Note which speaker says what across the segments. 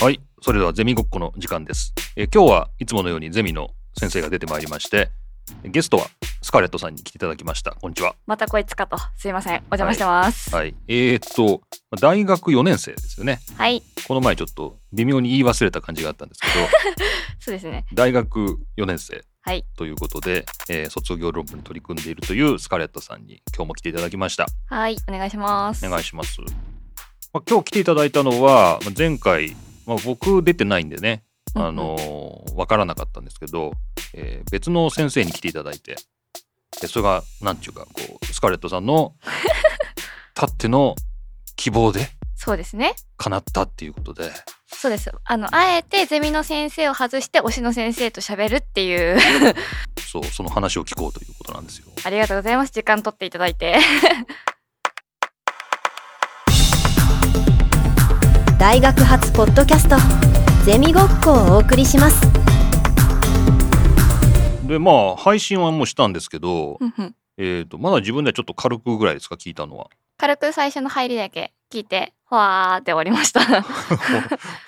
Speaker 1: はい。それではゼミごっこの時間です。えー今日はいつものようにゼミの先生が出てまいりまして、ゲストはスカーレットさんに来ていただきました。こんにちは。
Speaker 2: またこいつかと。すいません。お邪魔してます。はい。
Speaker 1: はい。えー、っと、まあ大学4年生ですよね。この前ちょっと微妙に言い忘れた感じがあったんですけど、
Speaker 2: そうですね。
Speaker 1: 大学4年生
Speaker 2: はい。
Speaker 1: ということで、えー卒業論文に取り組んでいるというスカーレットさんに今日も来ていただきました。
Speaker 2: はい。お願いします。
Speaker 1: お願いします。まあ、今日来ていただいたのはまあ前回、まあ、僕出てないんでね、
Speaker 2: うんうん
Speaker 1: あのーわからなかったんですけど、えー別の先生に来ていただいてでそれがなんていうかこうスカーレットさん のたっての希望で
Speaker 2: そうですね。
Speaker 1: 叶ったっていうことで
Speaker 2: そうです。あの、あえてゼミの先生を外して、推しの先生と喋るっていう。
Speaker 1: そうその話を聞こうということなんですよ。
Speaker 2: ありがとうございます。時間取っていただいて。
Speaker 3: 大学発ポッドキャストゼミごっこをお送りします
Speaker 1: でまあ配信はもうしたんですけど、
Speaker 2: うんうん
Speaker 1: えー、とまだ自分ではちょっと軽くぐらいですか聞いたのは。
Speaker 2: 軽く最初の入りだけ聞いて、ほわーって終わりました。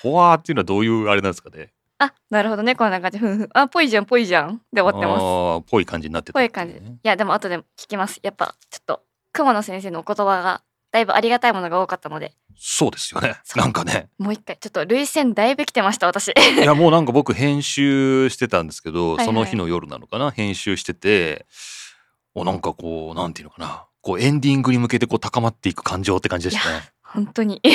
Speaker 1: ほわーっていうのはどういうあれなんですかね。
Speaker 2: あ、なるほどね。こんな感じ。ふんふん。あ、ぽいじゃん、ぽいじゃん。で終わってます。い
Speaker 1: ああ、ぽい感じになってた、
Speaker 2: ぽい感じ。いや、でも後で聞きます。やっぱ、ちょっと、雲野先生のお言葉が、だいぶありがたいものが多かったので、
Speaker 1: そうですよね。
Speaker 2: そう
Speaker 1: なんかね。
Speaker 2: もう一回、ちょっと、涙腺だいぶ来てました、私。
Speaker 1: いや、もうなんか僕編集してたんですけど、
Speaker 2: いはい
Speaker 1: その日の夜なのかな、編集してて、お、なんかこう、なんていうのかな。こうエンディングに向けてこう高まっていく感情って感じでしたね。
Speaker 2: 本当に、 うん、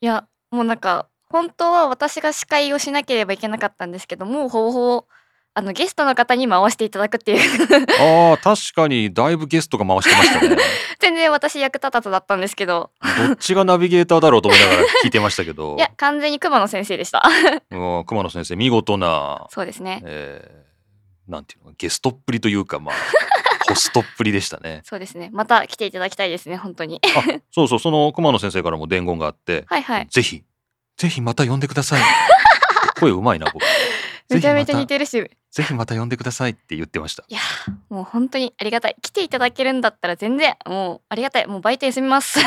Speaker 2: いやもうなんか本当は私が司会をしなければいけなかったんですけどもうほぼほぼあのゲストの方に回していただくっていう
Speaker 1: ああ、確かにだいぶゲストが回してましたね。
Speaker 2: 全然私役立たずだったんですけど
Speaker 1: どっちがナビゲーターだろうと思いながら聞いてましたけど
Speaker 2: い、や完全に熊野先生でした
Speaker 1: うん熊野先生見事な、
Speaker 2: そうですね
Speaker 1: えーなんていうのゲストっぷりというか、まあ、ホストっぷりでしたね。
Speaker 2: そうですねまた来ていただきたいですね本当に
Speaker 1: あ、そうそう、その熊野先生からも伝言があって、
Speaker 2: はいはい
Speaker 1: ぜひ、ぜひまた呼んでくだ さい。声うまいな、僕。
Speaker 2: めちゃめちゃ似
Speaker 1: る。
Speaker 2: てるしい
Speaker 1: ぜひまた呼んでくださいって言ってました。
Speaker 2: やもう本当にありがたい来ていただけるんだったら全然もうありがたいもう売店済みます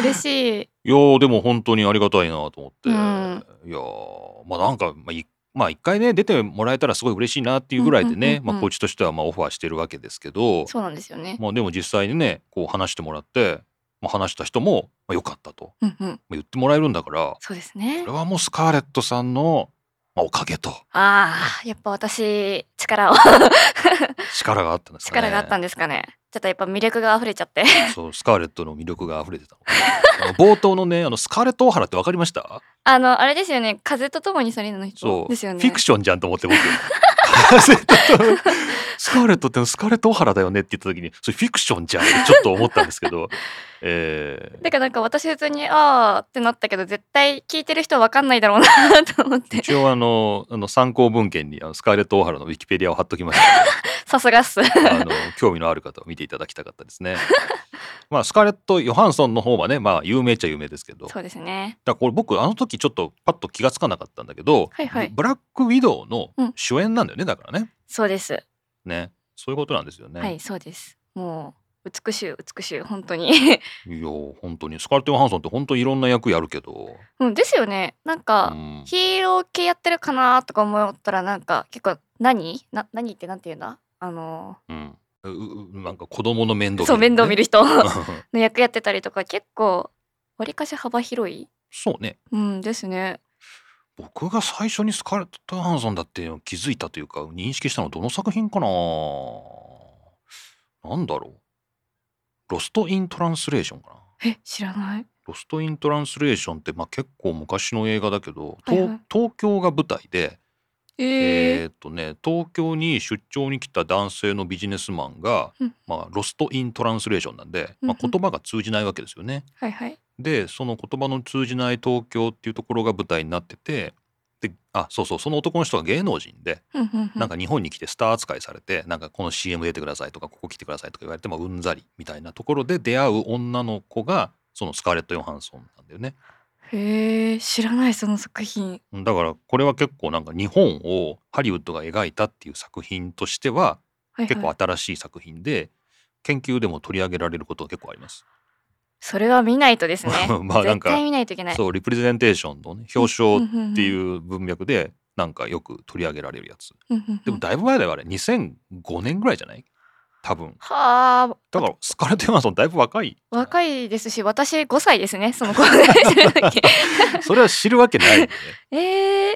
Speaker 2: 嬉しい
Speaker 1: いやー、でも本当にありがたいなと思って。
Speaker 2: うん
Speaker 1: いやー、まあなんか、まあ、いまあ一回ね、出てもらえたらすごい嬉しいなっていうぐらいで
Speaker 2: うんうん
Speaker 1: ね
Speaker 2: う、んうん
Speaker 1: まあコーチとしてはまあオファーしてるわけですけど、
Speaker 2: そうなんですよね
Speaker 1: まあでも実際にね、こう話してもらって、まあ話した人も、まあ良かったと
Speaker 2: うんうん
Speaker 1: まあ言ってもらえるんだから、
Speaker 2: そうですね
Speaker 1: これはもうスカーレットさんの、まあ、おかげと
Speaker 2: ああ、やっぱ私、力を、
Speaker 1: 力があったんですかね。
Speaker 2: 力があったんですかね。ちょっとやっぱ魅力が溢れちゃって。
Speaker 1: そう、スカーレットの魅力が溢れてたのかな。あの冒頭のね、あのスカーレット・オハラってわかりました
Speaker 2: あの、あれですよね、風と共に去りぬ人
Speaker 1: そう。
Speaker 2: ですよね。
Speaker 1: フィクションじゃんと思って 僕。風と共にスカーレットってスカーレット・オハラだよねって言った時に、それフィクションじゃんってちょっと思ったんですけど、え
Speaker 2: だからなんか私普通に、ああってなったけど、絶対聞いてる人は分かんないだ ろうなと思っ
Speaker 1: ー、
Speaker 2: て。
Speaker 1: 一応あの、あの参考文献にあのスカーレット・オハラのウィキペディアを貼っときました ので。
Speaker 2: さすがっす。
Speaker 1: あの興味のある方は見ていただきたかったですね。まあスカーレット・ヨハンソンの方はね、まあ有名っちゃ有名ですけど、だか
Speaker 2: そうですね。
Speaker 1: らこれ僕あの時ちょっとパッと気がつかなかったんだけど、
Speaker 2: はいはい
Speaker 1: ブブラック・ウィドウ
Speaker 2: う
Speaker 1: の
Speaker 2: ん
Speaker 1: 主演なんだよね、だからね。
Speaker 2: そうです。
Speaker 1: ね、そういうことなんですよね。
Speaker 2: はい、そうです。もう、美しゅう、美しゅう、本当に。
Speaker 1: いや本当にスカーレット・ヨハンソンって本当にいろんな役やるけど、
Speaker 2: うん、ですよね。なんか、
Speaker 1: うん
Speaker 2: ヒーロー系やってるかなとか思ったらなんか結構何な何ってなんていうんだあの
Speaker 1: うんううなんか子供の面倒
Speaker 2: そう面倒見る
Speaker 1: る
Speaker 2: 人
Speaker 1: ね
Speaker 2: の役やってたりとか結構わりかし幅広い
Speaker 1: そうね
Speaker 2: うんですね
Speaker 1: 僕が最初にスカーレット・ヨハンソンだっていうのを気づいたというか認識したのはどの作品かななんだろうロスト・イン・トランスレーションかな
Speaker 2: え知らない
Speaker 1: ロスト・イン・トランスレーションって、まあ、結構昔の映画だけど、と
Speaker 2: はいはい
Speaker 1: 東京が舞台で、
Speaker 2: え
Speaker 1: えーっとね東京に出張に来た男性のビジネスマンが、
Speaker 2: うん
Speaker 1: まあ、ロスト・イン・トランスレーションなんで、
Speaker 2: うん
Speaker 1: まあ、
Speaker 2: うん
Speaker 1: 言葉が通じないわけですよね。
Speaker 2: はいはい
Speaker 1: でその言葉の通じない東京っていうところが舞台になっててであそうそうその男の人が芸能人で、
Speaker 2: うんうん
Speaker 1: なん
Speaker 2: か
Speaker 1: か日本に来てスター扱いされてなんかこの CM 出てくださいとかここ来てくださいとか言われて、まあ、うんざりみたいなところで出会う女の子がそのスカーレット・ヨハンソンなんだよね。
Speaker 2: へえ知らないその作品
Speaker 1: だからこれは結構なんか日本をハリウッドが描いたっていう作品としては
Speaker 2: はいはい
Speaker 1: 結構新しい作品で研究でも取り上げられることが結構あります。
Speaker 2: それは見ないとですね
Speaker 1: まあなんか
Speaker 2: 絶対見ないといけない
Speaker 1: そうリプレゼンテーションの、ね、表彰
Speaker 2: っ
Speaker 1: っていうう文脈でなんかよく取り上げられるやつ
Speaker 2: んうんうんうん
Speaker 1: でもだいぶ前だよあれ2005年ぐらいじゃない多分
Speaker 2: はあ
Speaker 1: だからスカーレット・ヨハンソンだいぶ若い
Speaker 2: 若いですし私5歳ですねその子え
Speaker 1: それは知るわけないよね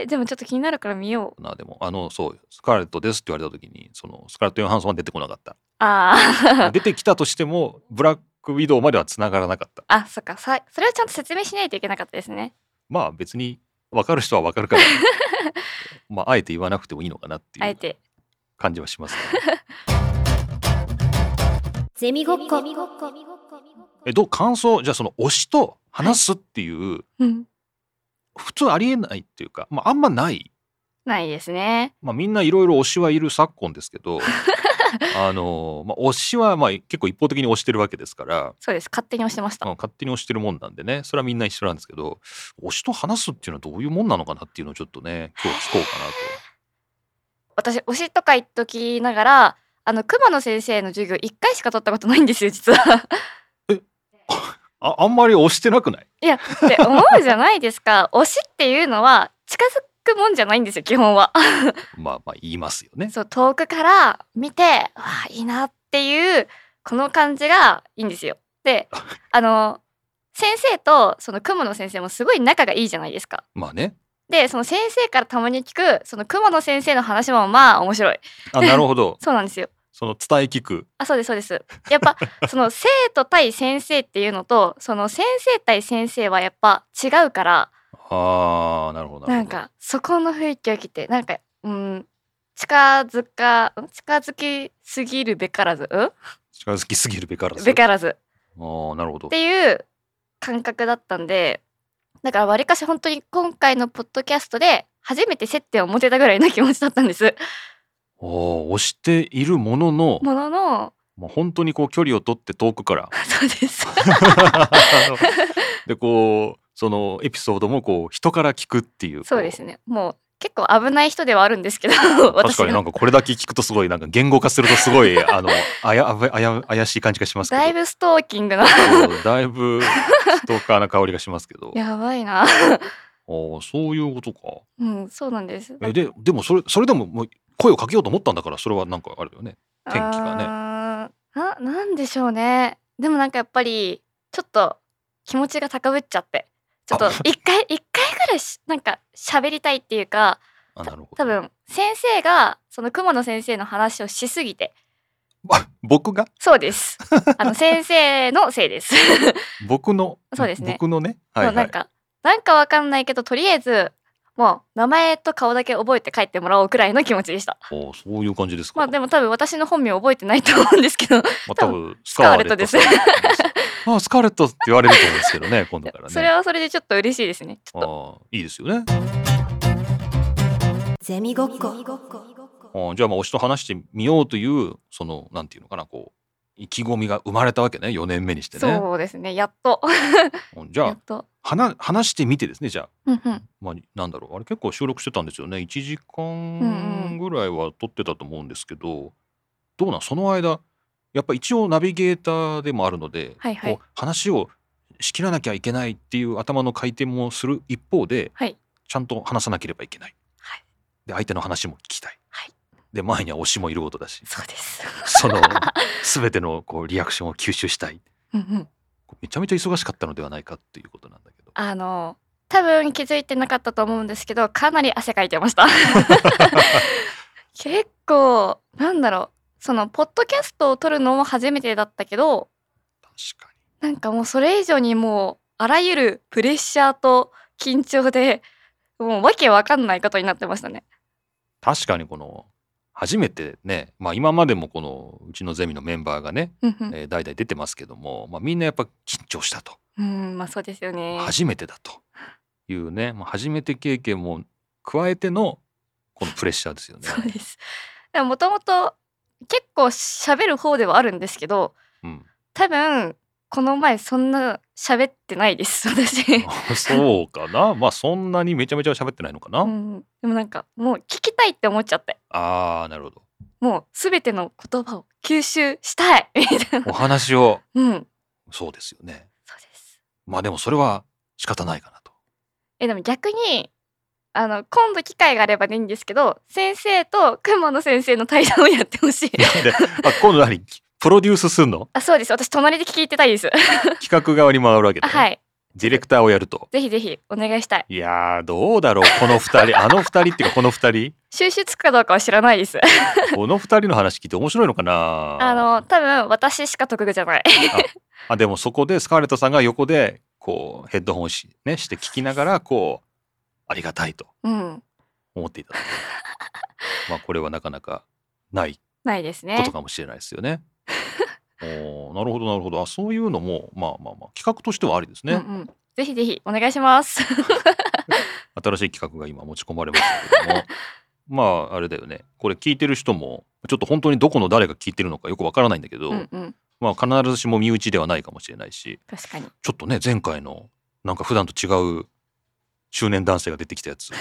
Speaker 2: ー、でもちょっと気になるから見よう
Speaker 1: なあでもあのそうスカーレットですって言われた時にそのスカーレット・ヨハンソンは出てこなかっ
Speaker 2: あ
Speaker 1: た
Speaker 2: ー
Speaker 1: 出てきたとしてもブラック・ウィドウまではつながらなかった
Speaker 2: あそっかさそれはちゃんと説明しないといけなかったですね
Speaker 1: まあ別に分かる人は分か るからまああえて言わなくてもいいのかなって
Speaker 2: あ
Speaker 1: い
Speaker 2: え
Speaker 1: う
Speaker 2: て
Speaker 1: 感じはしますね、
Speaker 3: ゼミごっこ
Speaker 1: えどう感想じゃあその推しと話すっていう
Speaker 2: うん
Speaker 1: 普通ありえないっていうか、まあ、あんまない
Speaker 2: ないですね
Speaker 1: まあ、みんないろいろ推しはいる昨今ですけ どあの、まあ、推しはまあ結構一方的に推してるわけですから、
Speaker 2: そうです勝手に押してまし
Speaker 1: ま
Speaker 2: た
Speaker 1: あ勝手に推してるもんなんでねそれはみんな一緒なんですけど推しと話すっていうのはどういうもんなのかなっていうのをちょっとね今日聞こうかなと。
Speaker 2: 私推しとか言っときながらあの熊野先生の授業1回しか取ったことないんですよ実 は
Speaker 1: ああんまり推してなくない
Speaker 2: いやって思うじゃないですか推しっていうのは近づくもんじゃないんですよ基本は
Speaker 1: まあまあ言いますよね。
Speaker 2: そう遠くから見てわあいいなっていうこの感じがいいんですよ。であの先生とその雲野先生もすごい仲がいいじゃないですか。
Speaker 1: まあね。
Speaker 2: でその先生からたまに聞くその雲野先生の話もまあ面白い
Speaker 1: あなるほど
Speaker 2: そうなんですよ。
Speaker 1: その伝え聞く。
Speaker 2: あそうですそうです。やっぱその生徒対先生っていうのとその先生対先生はやっぱ違うから
Speaker 1: あーなるほど
Speaker 2: なんかそこの雰囲気を着てなんかうん近づかん近づきすぎるべからずうん
Speaker 1: 近づきすぎるべからず。
Speaker 2: べからず
Speaker 1: あーなるほど
Speaker 2: っ。ていう感覚だったんでだからわりかし本当に今回のポッドキャストで初めて接点を持てたぐらいの気持ちだったんです。
Speaker 1: おー推しているものの、
Speaker 2: ものの
Speaker 1: まあ、本当にこう距離を取って遠く から
Speaker 2: そうです。
Speaker 1: あのでこうそのエピソードもこう人から聞くっていうこ
Speaker 2: そうですね。もう結構危ない人ではあるんですけど私
Speaker 1: 確かにな
Speaker 2: が
Speaker 1: んかこれだけ聞くとすごいなんか言語化するとす ごいあのあやあぶあや怪しい感じがしますけど
Speaker 2: だいぶストーキングな
Speaker 1: そうだいぶストーカーな香りがしますけど
Speaker 2: やばいな。
Speaker 1: おそういうことか
Speaker 2: うんそうなんです。
Speaker 1: えででもそれそれでももう声をかけようと思ったんだからそれはなんかあれだよね気がね
Speaker 2: あーななんでしょうね。でもなんかやっぱりちょっと気持ちが高ぶっちゃってちょっと
Speaker 1: あ
Speaker 2: 一回一回ぐらいしなんか喋りたいっていうか。
Speaker 1: あなるほど
Speaker 2: 多分先生がその熊野先生の話をしすぎて
Speaker 1: あ 僕が
Speaker 2: そうです あの先生のせいです
Speaker 1: 僕の
Speaker 2: そうですね
Speaker 1: 僕のねはい、
Speaker 2: もうな
Speaker 1: は
Speaker 2: ん
Speaker 1: い、
Speaker 2: かなんかわかんないけどとりあえずもう名前と顔だけ覚えて帰ってもらおうくらいの気持ち でした
Speaker 1: おそういう感じですか
Speaker 2: まあでも多分私の本名覚えてないと思うんですけ
Speaker 1: ま
Speaker 2: ど、
Speaker 1: あ、
Speaker 2: 多
Speaker 1: 多
Speaker 2: 分
Speaker 1: 分ス
Speaker 2: カーレット
Speaker 1: カーレットさんだと思いますあスカーレットって言われると思うんですけど ね今度からね
Speaker 2: それはそれでちょっと嬉しいですねちょっと
Speaker 1: あーいいですよね
Speaker 3: ゼミごっこ
Speaker 1: あじゃあまあ推しと話してみようというそのなんていうのかなこう意気込みが生まれたわけね4年目にしてね
Speaker 2: そうですねやっと
Speaker 1: じゃ
Speaker 2: や
Speaker 1: あ
Speaker 2: っと
Speaker 1: 話話してみてですねじゃあ、
Speaker 2: うんうん
Speaker 1: まあ、なんだろうあれ結構収録してたんですよね1時
Speaker 2: んう
Speaker 1: 間
Speaker 2: ん
Speaker 1: ぐらいは撮ってたと思うんですけど、どうなんその間やっぱ一応ナビゲーターでもあるので、
Speaker 2: はいはい
Speaker 1: こう話をしきらなきゃいけないっていう頭の回転もする一方で、
Speaker 2: はい
Speaker 1: ちゃんと話さなければいけない、
Speaker 2: はい
Speaker 1: で相手の話も聞きたい、
Speaker 2: はい
Speaker 1: で前には推しもいることだし
Speaker 2: そうです
Speaker 1: その全てのこうリアクションを吸収したい
Speaker 2: うんうん
Speaker 1: めちゃめちゃ忙しかったのではないかっていうことなんだけど
Speaker 2: あの多分気づいてなかったと思うんですけどかなり汗かいてました結構なんだろうそのポッドキャストを撮るのも初めてだったけど
Speaker 1: 確か
Speaker 2: なんかもうそれ以上にもうあらゆるプレッシャーと緊張でもうわけわかんないことになってましたね。
Speaker 1: に確かにこの初めてね、まあ、今までもこのうちのゼミのメンバーがね、
Speaker 2: うんうん
Speaker 1: えー代々出てますけども、まあ、みんなやっぱ緊張したと
Speaker 2: うんまあそうですよね。
Speaker 1: 初めてだというね、まあ、初めて経験も加えてのこのプレッシャーですよね。
Speaker 2: そうです。でももともと結構喋る方ではあるんですけど
Speaker 1: うん、
Speaker 2: 多分この前そんな喋ってないです私。
Speaker 1: そうかなまあそんなにめちゃめちゃ喋ってないのかな、
Speaker 2: うん、でもなんかもう聞きたいって思っちゃって
Speaker 1: あーなるほど
Speaker 2: もう全ての言葉を吸収したいみたいな。
Speaker 1: お話を
Speaker 2: うん
Speaker 1: そうですよね
Speaker 2: そうで
Speaker 1: まあでもそれは仕方ないか なと。
Speaker 2: えでも逆にあの今度機会があればでいいんですけど先生と雲野先生の対談をやってほしい
Speaker 1: で、あ今度何プロデュースするの
Speaker 2: あそうです私隣で聞いてたいです
Speaker 1: 企画側に回るわけだ、、
Speaker 2: あはいい
Speaker 1: ディレクターをやると。
Speaker 2: ぜひぜひお願いしたい
Speaker 1: いやーどうだろうこの二 人あの二人っていうかこの二人
Speaker 2: 収集つくかどうかは知らないです
Speaker 1: この二人の話聞いて面白いのかな
Speaker 2: あの多分私しか得意じゃない
Speaker 1: あでもそこでスカーレットさんが横でこうヘッドホンし,、ね、して聞きながらこうありがたいと
Speaker 2: うん
Speaker 1: 思っていた だいてまあこれはなかなかない
Speaker 2: ないです
Speaker 1: こ
Speaker 2: ね
Speaker 1: とかもしれないですよ ね。おーなるほどなるほどあそういうのもまあまあまあ企画としてはありですね、
Speaker 2: うんうん、ぜひぜひお願いします
Speaker 1: 新しい企画が今持ち込まれましたけども まああれだよねこれ聞いてる人もちょっと本当にどこの誰が聞いてるのかよくわからないんだけど、
Speaker 2: うんうん
Speaker 1: まあ必ずしも身内ではないかもしれないし
Speaker 2: 確かに
Speaker 1: ちょっとね前回のなんか普段と違う中年男性が出てきた やつ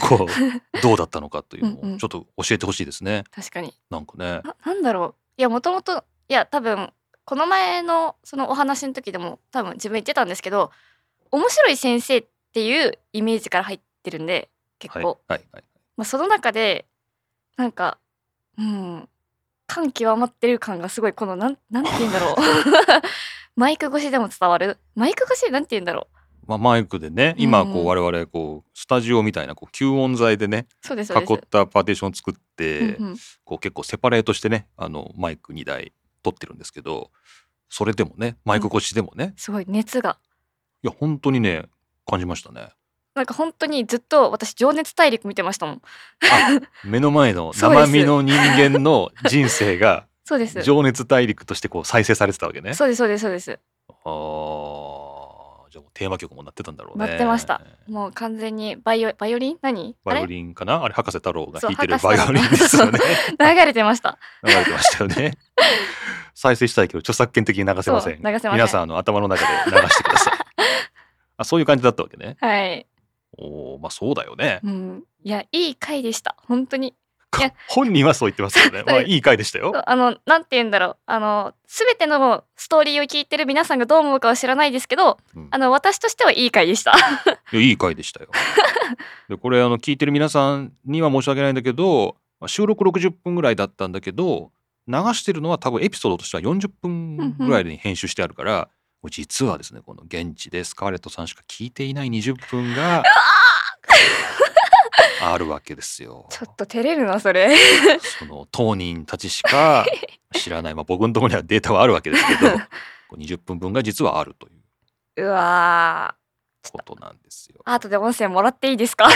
Speaker 1: こうどうだったのかという
Speaker 2: うん
Speaker 1: の
Speaker 2: う
Speaker 1: を
Speaker 2: ん
Speaker 1: ちょっと教えてほしいですね
Speaker 2: 確かに
Speaker 1: なんかね
Speaker 2: ななんだろういやもともといや多分この前のそのお話の時でも多分自分言ってたんですけど面白い先生っていうイメージから入ってるんで結
Speaker 1: はい
Speaker 2: 構、
Speaker 1: はいはい
Speaker 2: まあ、その中でなんかうん感極まってる感がすごいこのなんなんて言うん だろうマイク越しでも伝わるマイク越しでなんて言うんだろ
Speaker 1: まあ、マイクでね今
Speaker 2: うん
Speaker 1: こ
Speaker 2: う
Speaker 1: うん我々こうスタジオみたいなこう吸音材でね
Speaker 2: うそうですそう
Speaker 1: 囲っ
Speaker 2: で
Speaker 1: たパーティションを作っ
Speaker 2: す、
Speaker 1: て
Speaker 2: うんうん
Speaker 1: こう結構セパレートしてねあのマイク2台取ってるんですけどそれでもねマイク越しでもね、
Speaker 2: すごい熱が
Speaker 1: いや本当にね感じましたね
Speaker 2: なんか本当にずっと私情熱大陸見てましたもん
Speaker 1: あ目の前の
Speaker 2: そうで
Speaker 1: 生
Speaker 2: す
Speaker 1: 身の人間の人生が
Speaker 2: そうです
Speaker 1: 情熱大陸としてこう再生されてたわけねあ
Speaker 2: そうですそうですそうです
Speaker 1: あーじゃあもうテーマ曲もなってたんだろうね
Speaker 2: なってましたもう完全にバイオバイオリン何あ
Speaker 1: バイオ
Speaker 2: れ流
Speaker 1: リンかなあれ博士太郎が弾いてる
Speaker 2: そう
Speaker 1: バイオリンですよね
Speaker 2: れてました
Speaker 1: 流れてましたよね再生したいけど著作権的に流せません
Speaker 2: そう流せません
Speaker 1: 皆さんあの頭の中で流してくだ さいあそういう感じだったわけね
Speaker 2: はい、
Speaker 1: おーまあそうだよね、
Speaker 2: うん、いやいい回でした本当にいや
Speaker 1: 本人はそう言ってますよね、まあ、いい回でしたよ
Speaker 2: そうあのなんて言うんだろうあの全てのストーリーを聞いてる皆さんがどう思うかは知らないですけど、
Speaker 1: うん
Speaker 2: あの私としてはいい回でした
Speaker 1: いやいい回でしたよでこれあの聞いてる皆さんには申し訳ないんだけどまあ収録60分ぐらいだったんだけど流してるのは多分エピソードとしては40分ぐらいに編集してあるから、実はですねこの現地でスカーレットさんしか聞いていない20分があるわけですよ。
Speaker 2: ちょっと照れるなそれ
Speaker 1: その当人たちしか知らない、まあ、僕のところにはデータはあるわけですけどこう20分分が実はあるという
Speaker 2: うわ
Speaker 1: ことなんですよ。
Speaker 2: ー後で音声もらっていいですか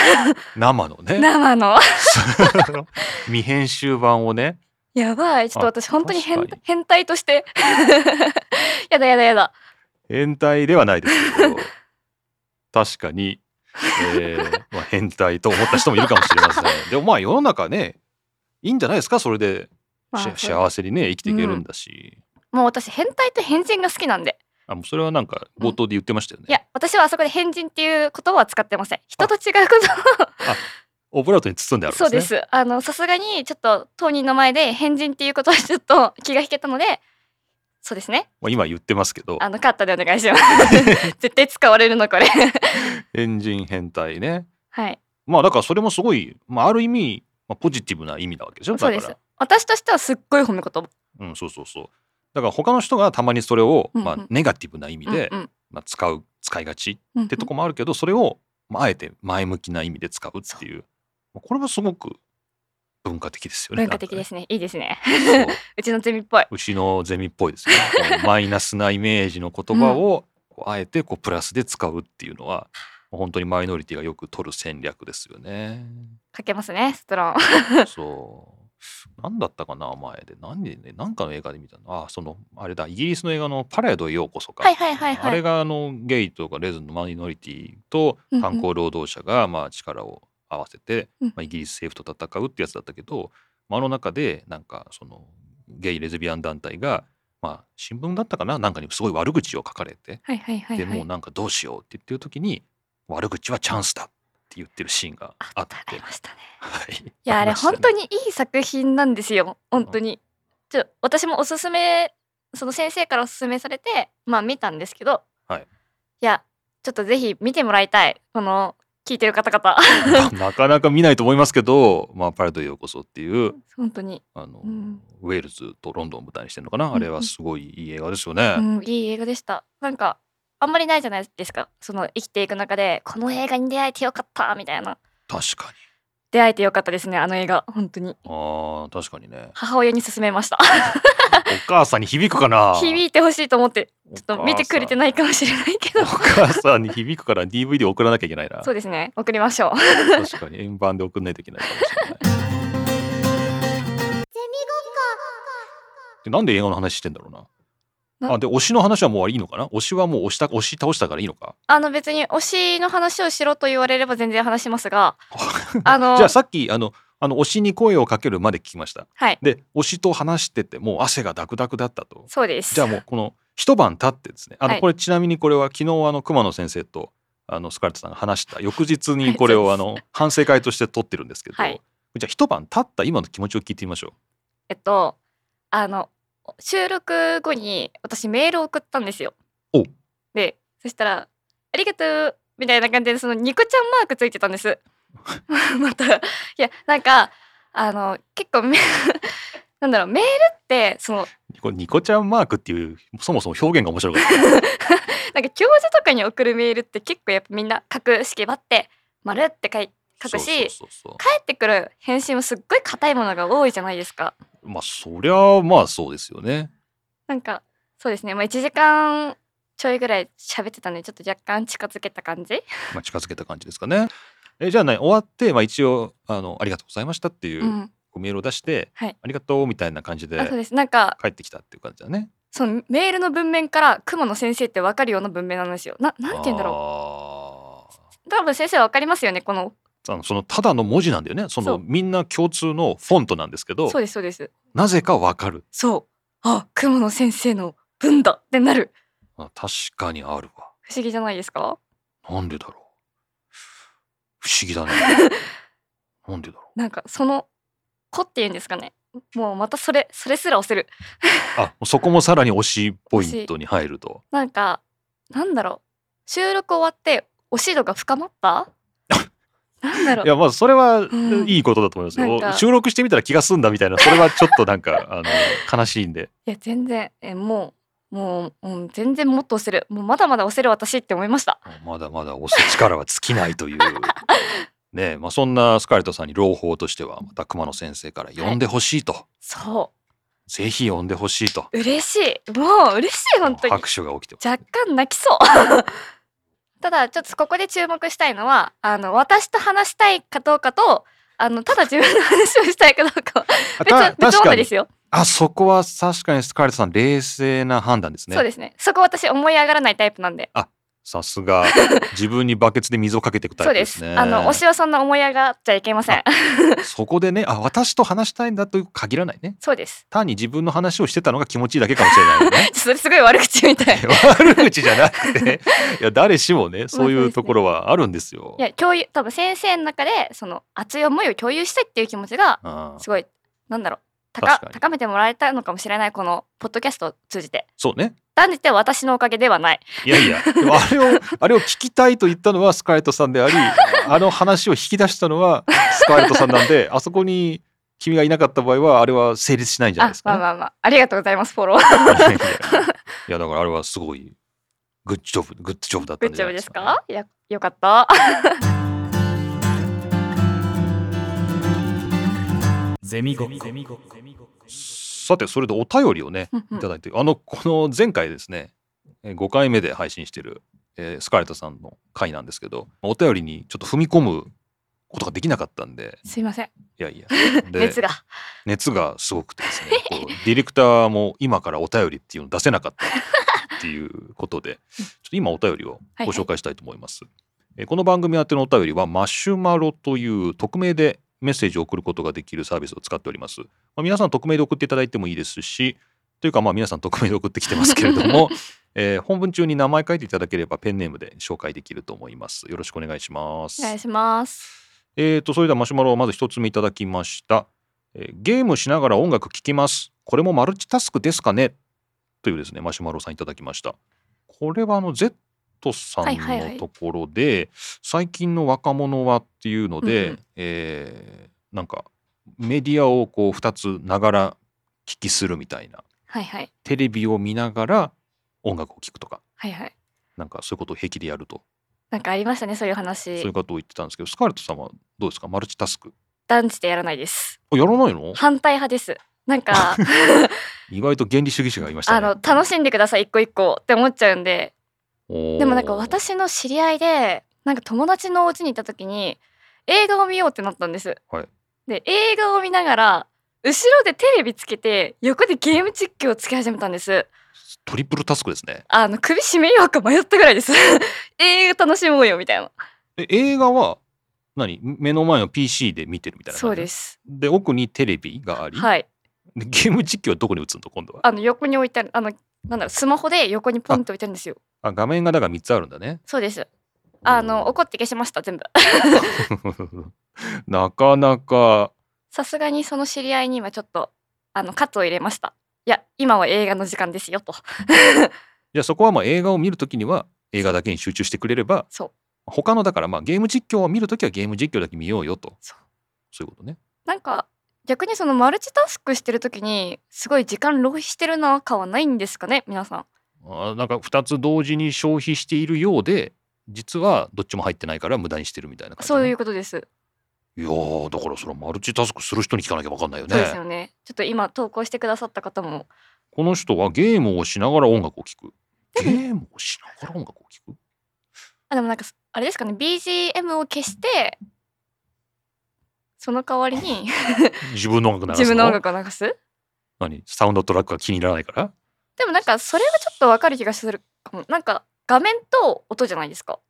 Speaker 1: 生のね
Speaker 2: 生の
Speaker 1: その 未編集版をね
Speaker 2: やばいちょっと私
Speaker 1: あ
Speaker 2: 本当に変
Speaker 1: 確かに
Speaker 2: 変態として やだやだやだ
Speaker 1: 変態ではないですけど確かに、えーまあ、変態と思った人もいるかもしれませんでもまあ世の中ねいいんじゃないですかそれで、
Speaker 2: まあ
Speaker 1: し
Speaker 2: そう
Speaker 1: 幸せにね生きていけるんだし、
Speaker 2: もう私変態と変人が好きなんで
Speaker 1: あもうそれはなんか冒頭で言ってましたよね、
Speaker 2: いや私はあそこで変人っていう言葉は使ってません人と違うことを
Speaker 1: オブラートに包んであるんです
Speaker 2: そ
Speaker 1: ね
Speaker 2: うですあのさすがにちょっと当人の前で変人っていうことはちょっと 気が引けたのでそうですね
Speaker 1: まあ、今言ってますけど
Speaker 2: あのカットでお 願いします絶対使われるのこれ
Speaker 1: 変人変態ね
Speaker 2: はい
Speaker 1: まあだからそれもすごい、まあ、ある意味、まあ、ポジティブな意味なわけでしょだ
Speaker 2: そ
Speaker 1: か
Speaker 2: う
Speaker 1: ら
Speaker 2: です私としてはすっごい褒め言葉
Speaker 1: うん、そうそうそうだから他の人がたまにそれを、
Speaker 2: うんうん
Speaker 1: まあ、ネガティブな意味で、
Speaker 2: うんうん
Speaker 1: まあ、使う使いがち
Speaker 2: うんうん
Speaker 1: ってとこもあるけど、それを、まあ、あえて前向きな意味で使うっていうまあこれはすごく文化的ですよね。
Speaker 2: 文化的ですねいいですね
Speaker 1: なんかねそう
Speaker 2: うちのゼミっぽい
Speaker 1: 牛のゼミっぽいですよね。こ うマイナスなイメージの言葉を、こうあえてこうプラスで使うっていうのはもう本当にマイノリティがよく取る戦略ですよ ね。
Speaker 2: かけますねストロン
Speaker 1: そう。何だったかな前で何で、ね、何かの映画で見たのあそのあれだイギリスの映画の「パレードへようこそか」
Speaker 2: はいはいはい
Speaker 1: あ
Speaker 2: は
Speaker 1: れ
Speaker 2: い
Speaker 1: があのゲイとかレズのマイノリティと
Speaker 2: うんうん
Speaker 1: 炭鉱労働者がまあ力を合わせて、
Speaker 2: うん
Speaker 1: まあ、イギリス政府と戦うってやつだったけど、まあ、あの中でなんかそのゲイレズビアン団体が、まあ、新聞だったかななんかにすごい悪口を書かれて、
Speaker 2: はいはいはい
Speaker 1: で
Speaker 2: は
Speaker 1: もう
Speaker 2: い
Speaker 1: なんかどうしようって言ってる時に悪口はチャンスだって言ってるシーンがあ
Speaker 2: あ
Speaker 1: っ
Speaker 2: ったあ
Speaker 1: て
Speaker 2: り。ましたね
Speaker 1: はい
Speaker 2: いやあれ本当
Speaker 1: に
Speaker 2: にいい作品なんですよ本当に。ちょ私もおすすめその先生からおすすめされてまあ見たんですけど、
Speaker 1: はい
Speaker 2: やちょっとぜひ見てもらいたいこの聞いてる方 々
Speaker 1: なかなか見ないと思いますけど「まあ、パレードへようこそ」っていう
Speaker 2: 本当に、
Speaker 1: あの、
Speaker 2: うん
Speaker 1: ウェールズとロンドンを舞台にしてるのかな、
Speaker 2: うん
Speaker 1: あれはすごいいい映画ですよね。
Speaker 2: うん、いい映画でしたなんかあんまりないじゃないですかその生きていく中でこの映画に出会えてよかったみたいな
Speaker 1: 確かに
Speaker 2: 出会えてよかったですねあの映画本当に
Speaker 1: あー確かにね
Speaker 2: 母親に勧めました
Speaker 1: お母さんに響くかな
Speaker 2: 響いてほしいと思ってちょっと見てくれてないいかもしれないけ
Speaker 1: お
Speaker 2: ど
Speaker 1: 母さんに響くから DVD 送らなきゃいけないな
Speaker 2: そうですね送りましょう
Speaker 1: 確かに円盤で送んないといけないかもしれないでなんで映画の話してんだろうな
Speaker 2: な
Speaker 1: あで推しの話はもういいのかな推しはもう推した推し倒したからいいのか
Speaker 2: あの別に推しの話をしろと言われれば全然話しま すがあの
Speaker 1: じゃあさっきあのあの推しに声をかけるまで聞きました
Speaker 2: はい
Speaker 1: で推しと話しててもう汗がダクダクだったと
Speaker 2: そうです
Speaker 1: じゃあもうこの一晩経ってですねあ
Speaker 2: は
Speaker 1: の
Speaker 2: い
Speaker 1: これちなみにこれは昨日あの熊野先生とあのスカーレットさんが話 した翌日にこれを
Speaker 2: は
Speaker 1: あ
Speaker 2: い
Speaker 1: の反省会として撮ってるんですけど、
Speaker 2: はい
Speaker 1: じゃあ一晩経った今の気持ちを聞いてみましょ
Speaker 2: えっとあの収録後に私メールを送ったんですよ
Speaker 1: お
Speaker 2: でそしたら「ありがとう」みたいな感じでそのニコちゃんマークついてたんです またいやなんかあの結構め なんだろうメールってその
Speaker 1: うこれニコちゃんマークっていうそもそも表現が面白 かっ
Speaker 2: なんか教授とかに送るメールって結構やっぱみんな書く式ばって「丸って書い
Speaker 1: た
Speaker 2: 書くし
Speaker 1: そうそうそう
Speaker 2: 返ってくる返信もすっごい硬いものが多いじゃないですか。
Speaker 1: そうまあそりゃあまあそうですよね
Speaker 2: なんかそうですね、まあ、1時間ちょいぐらい喋ってたんでちょっと若干近づけた感じ、
Speaker 1: まあ近づけた感じですかねえじゃあね終わって、まあ、一応あの「ありがとうございました」っていうう、
Speaker 2: ん、
Speaker 1: こうメールを出して「
Speaker 2: はい
Speaker 1: ありがとう」みたいな感じで
Speaker 2: あそうですなんか
Speaker 1: 帰ってきたっていう感じだね
Speaker 2: そのメールの文面から雲の先生って分かるような文面なんですよななんて言うんだろ
Speaker 1: ろう
Speaker 2: う多分先生は分かりますよねこの
Speaker 1: あのそのただの文字なんだよねそ
Speaker 2: そ
Speaker 1: の
Speaker 2: う
Speaker 1: みんな共通のフォントなんですけど
Speaker 2: そうですそうです
Speaker 1: なぜかわかる
Speaker 2: そうあ雲の先生の文だってなる
Speaker 1: あ確かにあるわ
Speaker 2: 不思議じゃないですか
Speaker 1: なんでだろう不思議 だねなんでだろ
Speaker 2: なんかその「子」っていうんですかねもうまたそれそれすら押せる
Speaker 1: うあそこもさらに推しポイントに入ると
Speaker 2: なんかなんだろう収録終わっておし度が深まった なんだろ
Speaker 1: いうやまあそれは
Speaker 2: ん
Speaker 1: いいことだと思います
Speaker 2: な
Speaker 1: よ、
Speaker 2: んか
Speaker 1: 収録してみたら気が済んだみたいなそれはちょっとなんかあの悲しいんで
Speaker 2: いや全然えもうもう、うん、全然もっと押せるもうまだまだ押せる私って思いました
Speaker 1: まだまだ推す力は尽きない というねえまあそんなスカーレットさんに朗報としてはまた熊野先生から呼んでほしいと、
Speaker 2: そ
Speaker 1: ぜひ呼んでほしいと
Speaker 2: う嬉しいもう嬉しい本当に
Speaker 1: 拍手が起きてます
Speaker 2: 若干泣きそう ただちょっとここで注目したいのはあの私と話したいかどうかとあのただ自分の話をしたいかどうかは
Speaker 1: あた
Speaker 2: 別別
Speaker 1: 確
Speaker 2: 問
Speaker 1: か
Speaker 2: 題
Speaker 1: に
Speaker 2: ですよ、
Speaker 1: あそこは確かにスカーレットさん冷静な判断です
Speaker 2: そう
Speaker 1: ね
Speaker 2: ですねそこ私思い上がらないタイプなんで
Speaker 1: さすが 自分にバケツで水をかけていくタ
Speaker 2: そ
Speaker 1: イプ
Speaker 2: うで
Speaker 1: ですすね
Speaker 2: あの推しはそんな思い上がっちゃいけません
Speaker 1: あそこでねあ私と話したいんだという限らないね
Speaker 2: そうです
Speaker 1: 単に自分の話をしてたのが気持ちいいだけかもしれないよね
Speaker 2: それすごい悪口みたい
Speaker 1: 悪口じゃなくていや誰しもねそういうところはあるんですよ
Speaker 2: いや共有多分先生の中でその熱い思いを共有したいっていう気持ちが
Speaker 1: あー
Speaker 2: すごいなんだろう高
Speaker 1: 確かに
Speaker 2: 高めてもらえたのかもしれないこのポッドキャストを通じて
Speaker 1: そうね
Speaker 2: 断じて私のおかげではない
Speaker 1: いやいやでもあれをあれを聞きたいと言ったのはスカーレットさんでありあの話を引き出したのはスカーレットさんなんであそこに君がいなかった場合はあれは成立しないんじゃない
Speaker 2: あ
Speaker 1: ですか、
Speaker 2: まあ
Speaker 1: ね
Speaker 2: まあまあありがとうございますフォロ ー
Speaker 1: いやいやいやいやだからあれはすごいグッジョブグッジョブだっ
Speaker 2: グ
Speaker 1: たん
Speaker 2: ッ
Speaker 1: じ
Speaker 2: ジ
Speaker 1: ゃな
Speaker 2: ョ
Speaker 1: い
Speaker 2: ブで
Speaker 1: ですすか、
Speaker 2: かいやよかった
Speaker 4: ゼミごっこ。
Speaker 1: さてそれでお便りをね
Speaker 2: うんうん
Speaker 1: いただいてあのこの前回ですねえー5回目で配信してる、えースカーレットさんの回なんですけどお便りにちょっと踏み込むことができなかったんです
Speaker 2: いません
Speaker 1: いやい やで
Speaker 2: 熱が
Speaker 1: 熱がすごくてですねこうディレクターも今からお便りっていうのを出せなかったっていうことでちょっと今お便りをご紹介したいと思います、えーこの番組宛てのお便りはマシュマロという匿名でメッセージを送ることができるサービスを使っております、まあ、皆さん匿名で送っていただいてもいいですしというかまあ皆さん匿名で送ってきてますけれども、えー本文中に名前書いていただければペンネームで紹介できると思いますよろしくお願いします
Speaker 2: お願いします
Speaker 1: えー、とそれではマシュマロをまず一つ目いただきました、えーゲームしながら音楽聴きますこれもマルチタスクですかねというですねマシュマロさんいただきましたこれはあの Z トさん
Speaker 2: はいはいは
Speaker 1: の
Speaker 2: い
Speaker 1: ところで、最近の若者はっていうので、
Speaker 2: うんうん
Speaker 1: えーなんかメディアをこう2つながら聞きするみたいな
Speaker 2: はいはい
Speaker 1: テレビを見ながら音楽を聴くとか
Speaker 2: はいはい
Speaker 1: なんかそういうことを平気でやると
Speaker 2: なんかありましたねそういう
Speaker 1: そう
Speaker 2: 話
Speaker 1: いうことを言ってたんですけどスカーレットさんはどうですかマルチタスク
Speaker 2: 断じてやらないです
Speaker 1: あやらないの
Speaker 2: 反対派ですな んか
Speaker 1: 意外と原理主義者がいました
Speaker 2: あ
Speaker 1: ね
Speaker 2: の楽しんでください一個一個って思っちゃうんで
Speaker 1: おー
Speaker 2: でもなんか私の知り合いでなんか友達のお家に行った時に映画を見ようってなったんです。
Speaker 1: はい
Speaker 2: で映画を見ながら後ろでテレビつけて横でゲーム実況をつけ始めたんです。
Speaker 1: トリプルタスクですね
Speaker 2: あの首絞めようか迷ったぐらいです。 映画楽しもうよみたいな。
Speaker 1: え映画は何目の前の PC で見てるみたいな感じ
Speaker 2: そうです。
Speaker 1: で奥にテレビがあり、
Speaker 2: はい。
Speaker 1: でゲーム実況はどこに打つの今度は
Speaker 2: あの横に置いてあるあのなんだろうスマホで横にポンって置いてあるんですよ。
Speaker 1: あ画面がだから3つあるんだね
Speaker 2: そうです。あの怒って消しました全部。
Speaker 1: なかなか
Speaker 2: さすがにその知り合いにはちょっとあのカツを入れました。いや今は映画の時間ですよと。
Speaker 1: じゃあそこはまあ映画を見るときには映画だけに集中してくれれば
Speaker 2: そう
Speaker 1: 他のだからまあゲーム実況を見るときはゲーム実況だけ見ようよと
Speaker 2: そう
Speaker 1: そういうことね
Speaker 2: なんか逆にそのマルチタスクしてる時にすごい時間浪費してるな感はないんですかね皆さん
Speaker 1: あーなんか2つ同時に消費しているようで実はどっちも入ってないから無駄にしてるみたいな感じだ
Speaker 2: そ
Speaker 1: ね、
Speaker 2: ういうことです、
Speaker 1: いやーだからそれはマルチタスクする人に聞かなきゃ分かんないよ
Speaker 2: そうです
Speaker 1: ね
Speaker 2: よねちょっと今投稿してくださった方も
Speaker 1: この人はゲームをしながら音楽を聴く
Speaker 2: で
Speaker 1: ゲ
Speaker 2: も
Speaker 1: ームをしながら音楽を聴く
Speaker 2: あでもなんかあれですかね BGM を消してその代わり に
Speaker 1: 自分の音楽流す
Speaker 2: 自分の音楽を流す
Speaker 1: 何サウンドトラックが気に入らないから
Speaker 2: でもなんかそれはちょっとわかる気がするかもなんか画面と音じゃないですか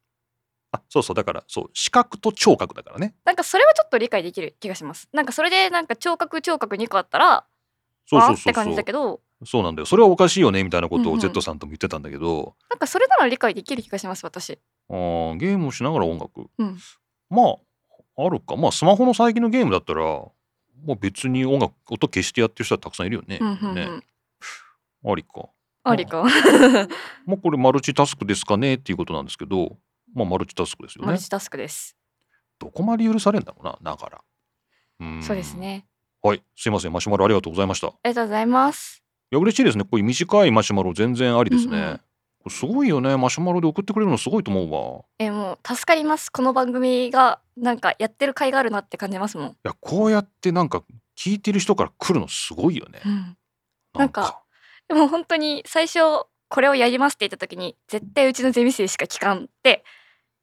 Speaker 1: あそうそうだからそう視覚と聴覚だからね
Speaker 2: なんかそれはちょっと理解できる気がしますなんかそれでなんか聴覚聴覚2個あったら
Speaker 1: そう
Speaker 2: わ
Speaker 1: そう
Speaker 2: ーっ
Speaker 1: そ
Speaker 2: て
Speaker 1: うそ
Speaker 2: 感
Speaker 1: う
Speaker 2: じだけど
Speaker 1: そうなんだよそれはおかしいよねみたいなこと
Speaker 2: うんう
Speaker 1: を
Speaker 2: ん
Speaker 1: Z さんとも言ってたんだけど、
Speaker 2: なんかそれなら理解できる気がします私
Speaker 1: あーゲームをしながら音楽、
Speaker 2: うん
Speaker 1: まああるかまあスマホの最近のゲームだったら、まあ、別に音楽音消してやってる人はたくさんいるよね。
Speaker 2: うんうんう
Speaker 1: ね
Speaker 2: ん
Speaker 1: ありか。
Speaker 2: ありか。
Speaker 1: まあこれマルチタスクですかねっていうことなんですけど、まあ、マルチタスクですよ
Speaker 2: マ
Speaker 1: ね
Speaker 2: ル。チタスクです。
Speaker 1: どこまで許されるんだろうなながら。ーん
Speaker 2: そうです。ね。
Speaker 1: はいすいませんマシュマロありがとうございました。
Speaker 2: ありがとうございます。
Speaker 1: いや嬉しいですねこういう短いマシュマロ全然ありですね、
Speaker 2: うんうん
Speaker 1: これすごいよねマシュマロで送ってくれるのすごいと思うわ
Speaker 2: えーもう助かります。この番組がなんかやってる甲斐があるなって感じますもん。
Speaker 1: いやこうやってなんか聞いてる人から来るのすごいよね
Speaker 2: うん、
Speaker 1: な
Speaker 2: なんん
Speaker 1: か
Speaker 2: かでも本当に最初これをやりますって言った時に絶対うちのゼミ生しか聞かんって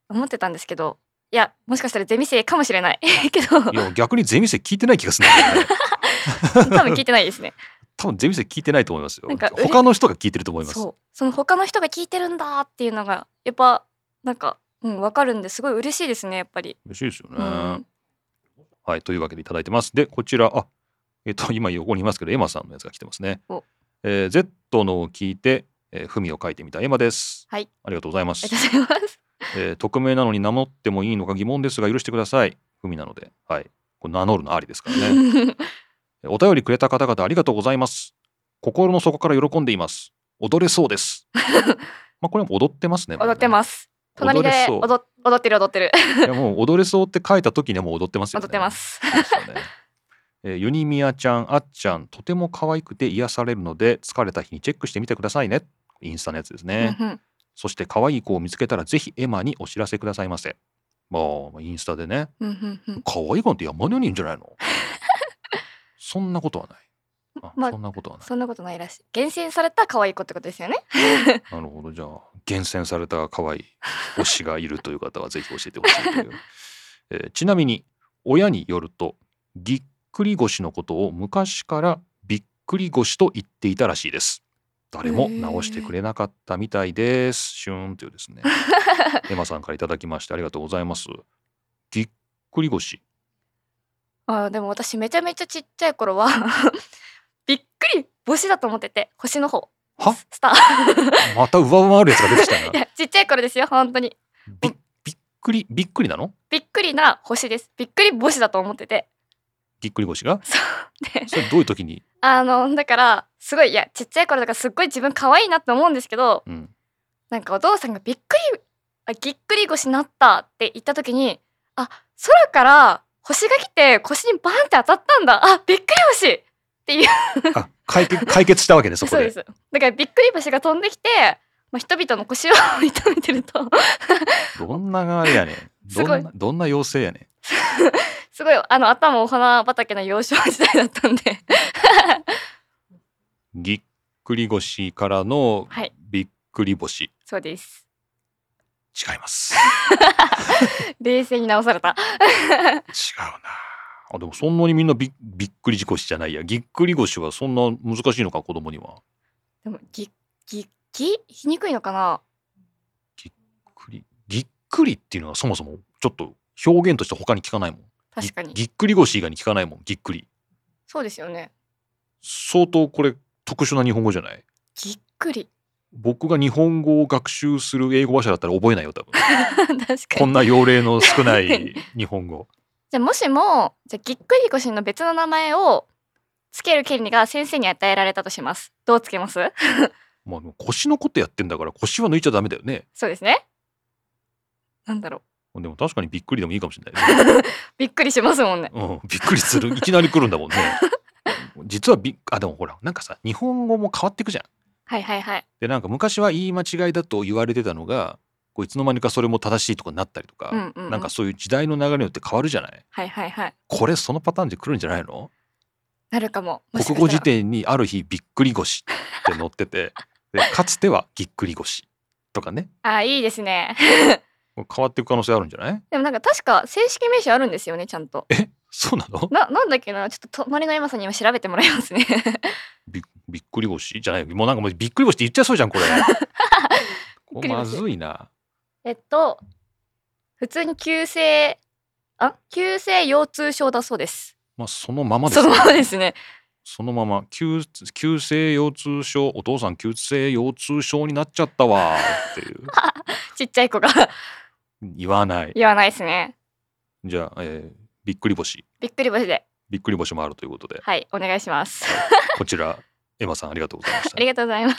Speaker 2: 思ってたんですけど、いやもしかしたらゼミ生かもしれない けど多
Speaker 1: いや逆にゼミ生聞いてない気がするんだけどね
Speaker 2: 分聞いてないですね。
Speaker 1: 多分ゼミ生聞いてないと思いますよ
Speaker 2: なんかうれ
Speaker 1: 他の人が聞いてると思います
Speaker 2: そうその他の人が聞いてるんだっていうのがやっぱなんかうんわかるんですごい嬉しいですねやっぱり。
Speaker 1: 嬉しいですよね、
Speaker 2: うん
Speaker 1: はいというわけでいただいてますでこちらあえっ、と今横にいますけどエマさんのやつが来てますね
Speaker 2: お、
Speaker 1: えー、Z のを聞いて、えー、文を書いてみたエマです
Speaker 2: はい
Speaker 1: ありがとうございます
Speaker 2: ありがとうございます。
Speaker 1: えー匿名なのに名乗ってもいいのか疑問ですが許してください。ふみなので、はい、これ名乗るのありですから ね。えお便りくれた方々ありがとうございます。心の底から喜んでいます。踊れそう です。まあこれは踊ってますね。
Speaker 2: 踊って
Speaker 1: す。
Speaker 2: ます。隣で
Speaker 1: 踊れそう
Speaker 2: 踊っ踊ってる踊ってる
Speaker 1: いやもう踊れそうって書いた時にはもう踊ってますよね。
Speaker 2: 踊ってま。す。
Speaker 1: ですよね。えーユニミヤちゃん、あっちゃん、とても可愛くて癒されるので、疲れた日にチェックしてみてくださいね。インスタのやつですね。
Speaker 2: うんうん
Speaker 1: そして可愛い子を見つけたらぜひエマにお知らせくださいませ。まあ、インスタでね、
Speaker 2: うんうんうん
Speaker 1: 可愛い子なんて山のようにいるんじゃない のそんなことはない。あ、
Speaker 2: まあ
Speaker 1: そんなことはない。
Speaker 2: そんなことないらしい。厳選された可愛い子ってことですよね。
Speaker 1: なるほど。じゃあ、厳選された可愛い推しがいるという方はぜひ教えてほしいという。 えーちなみに、親によると、ぎっくり腰のことを昔からびっくり腰と言っていたらしいです。誰も直してくれなかったみたいです。シューンというですね。エマさんからいただきましてありがとうございます。ぎっくり腰。
Speaker 2: あーでも私めちゃめちゃちっちゃい頃は びっくり星だと思ってて星の方。
Speaker 1: は
Speaker 2: ススター。
Speaker 1: また上回るやつが出てきた
Speaker 2: い
Speaker 1: な。
Speaker 2: やちっちゃい頃ですよ本当に。
Speaker 1: びっびっくりびっくりなの？
Speaker 2: びっくりな星です。びっくり星だと思ってて。
Speaker 1: ぎっくり腰が？
Speaker 2: そうで
Speaker 1: それどういう時に？
Speaker 2: あのだからすごいいやちっちゃい頃だからすっごい自分可愛いなって思うんですけど
Speaker 1: うん。
Speaker 2: なんかお父さんがびっくりあぎっくり腰になったって言った時にあ空から星が来て腰にバンって当たったんだあびっくり腰
Speaker 1: あ解決解決したわけねそこ
Speaker 2: そうで
Speaker 1: です
Speaker 2: だからびっくり腰が飛んできて、まあ、人々の腰を痛めてると
Speaker 1: どんながあれやねん
Speaker 2: す
Speaker 1: ど
Speaker 2: ごい
Speaker 1: んなどんな妖精やね
Speaker 2: すごいあの頭お花畑の幼少時代だったんで
Speaker 1: んぎっくり腰からの
Speaker 2: はい
Speaker 1: びっくり星
Speaker 2: そうです
Speaker 1: 違います
Speaker 2: 冷静に直された
Speaker 1: 違うなあでもそんなにみんなびびっくり腰じゃないやぎっくり腰はそんな難しいのか子供には
Speaker 2: でもぎぎぎ言いにくいのかな
Speaker 1: ぎっくりぎっくりっていうのはそもそもちょっと表現として他に聞かないもんぎ
Speaker 2: 確かに
Speaker 1: ぎっくり腰以外に聞かないもんぎっくり
Speaker 2: そうですよね
Speaker 1: 相当これ特殊な日本語じゃない
Speaker 2: ぎっくり
Speaker 1: 僕が日本語を学習する英語話者だったら覚えないよ 多分
Speaker 2: 確か
Speaker 1: こ
Speaker 2: に
Speaker 1: んな用例の少な
Speaker 2: 確
Speaker 1: い日本語
Speaker 2: じゃあもしもじゃあぎっくり腰の別の名前をつける権利が先生に与えられたとしますどうつけます
Speaker 1: まあでも腰のことやってんだから腰は抜いちゃダメだよね
Speaker 2: そうですねなんだろう
Speaker 1: でも確かにびっくりでもいいかもしれないね、
Speaker 2: びっくりしますもんね
Speaker 1: うん、びっくりするいきなり来るんだもんね実はびっあでもほらなんかさ日本語も変わってくじゃん
Speaker 2: はいはいはい
Speaker 1: でなんか昔は言い間違いだと言われてたのがこういつの間にかそれも正しいとかになったりとか、
Speaker 2: うんうんうん
Speaker 1: なんかそういう時代の流れによって変わるじゃない
Speaker 2: はいはいはい
Speaker 1: これそのパターンで来るんじゃないの
Speaker 2: なるかももしか
Speaker 1: 国
Speaker 2: した
Speaker 1: 語
Speaker 2: ら
Speaker 1: 辞典にある日びっくり腰って載っててでかつてはぎっくり腰とかね
Speaker 2: あーいいですね
Speaker 1: これ変わっていく可能性あるんじゃない
Speaker 2: でもなんか確か正式名称あるんですよねちゃんと
Speaker 1: えそうなの
Speaker 2: ななんだっけなちょっと隣の山さんに今調べてもらいますね
Speaker 1: びっびっくり腰じゃないもうなんかもうびっくり腰って言っちゃいそうじゃんこ れこれまずいな
Speaker 2: えっと普通に急性あ急性腰痛症だそうです
Speaker 1: まあそのままです
Speaker 2: そ
Speaker 1: ね
Speaker 2: のままですね
Speaker 1: そのまま急急性腰痛症お父さん急性腰痛症になっちゃったわーっていう
Speaker 2: ちっちゃい子が
Speaker 1: 言わない
Speaker 2: 言わないですね
Speaker 1: じゃあ、えーびっくり星
Speaker 2: びっくり腰で
Speaker 1: びっくり星もあるということで
Speaker 2: はいお願いします
Speaker 1: こちら エマさんありがとうございまし
Speaker 2: あ
Speaker 1: た
Speaker 2: りがとうございます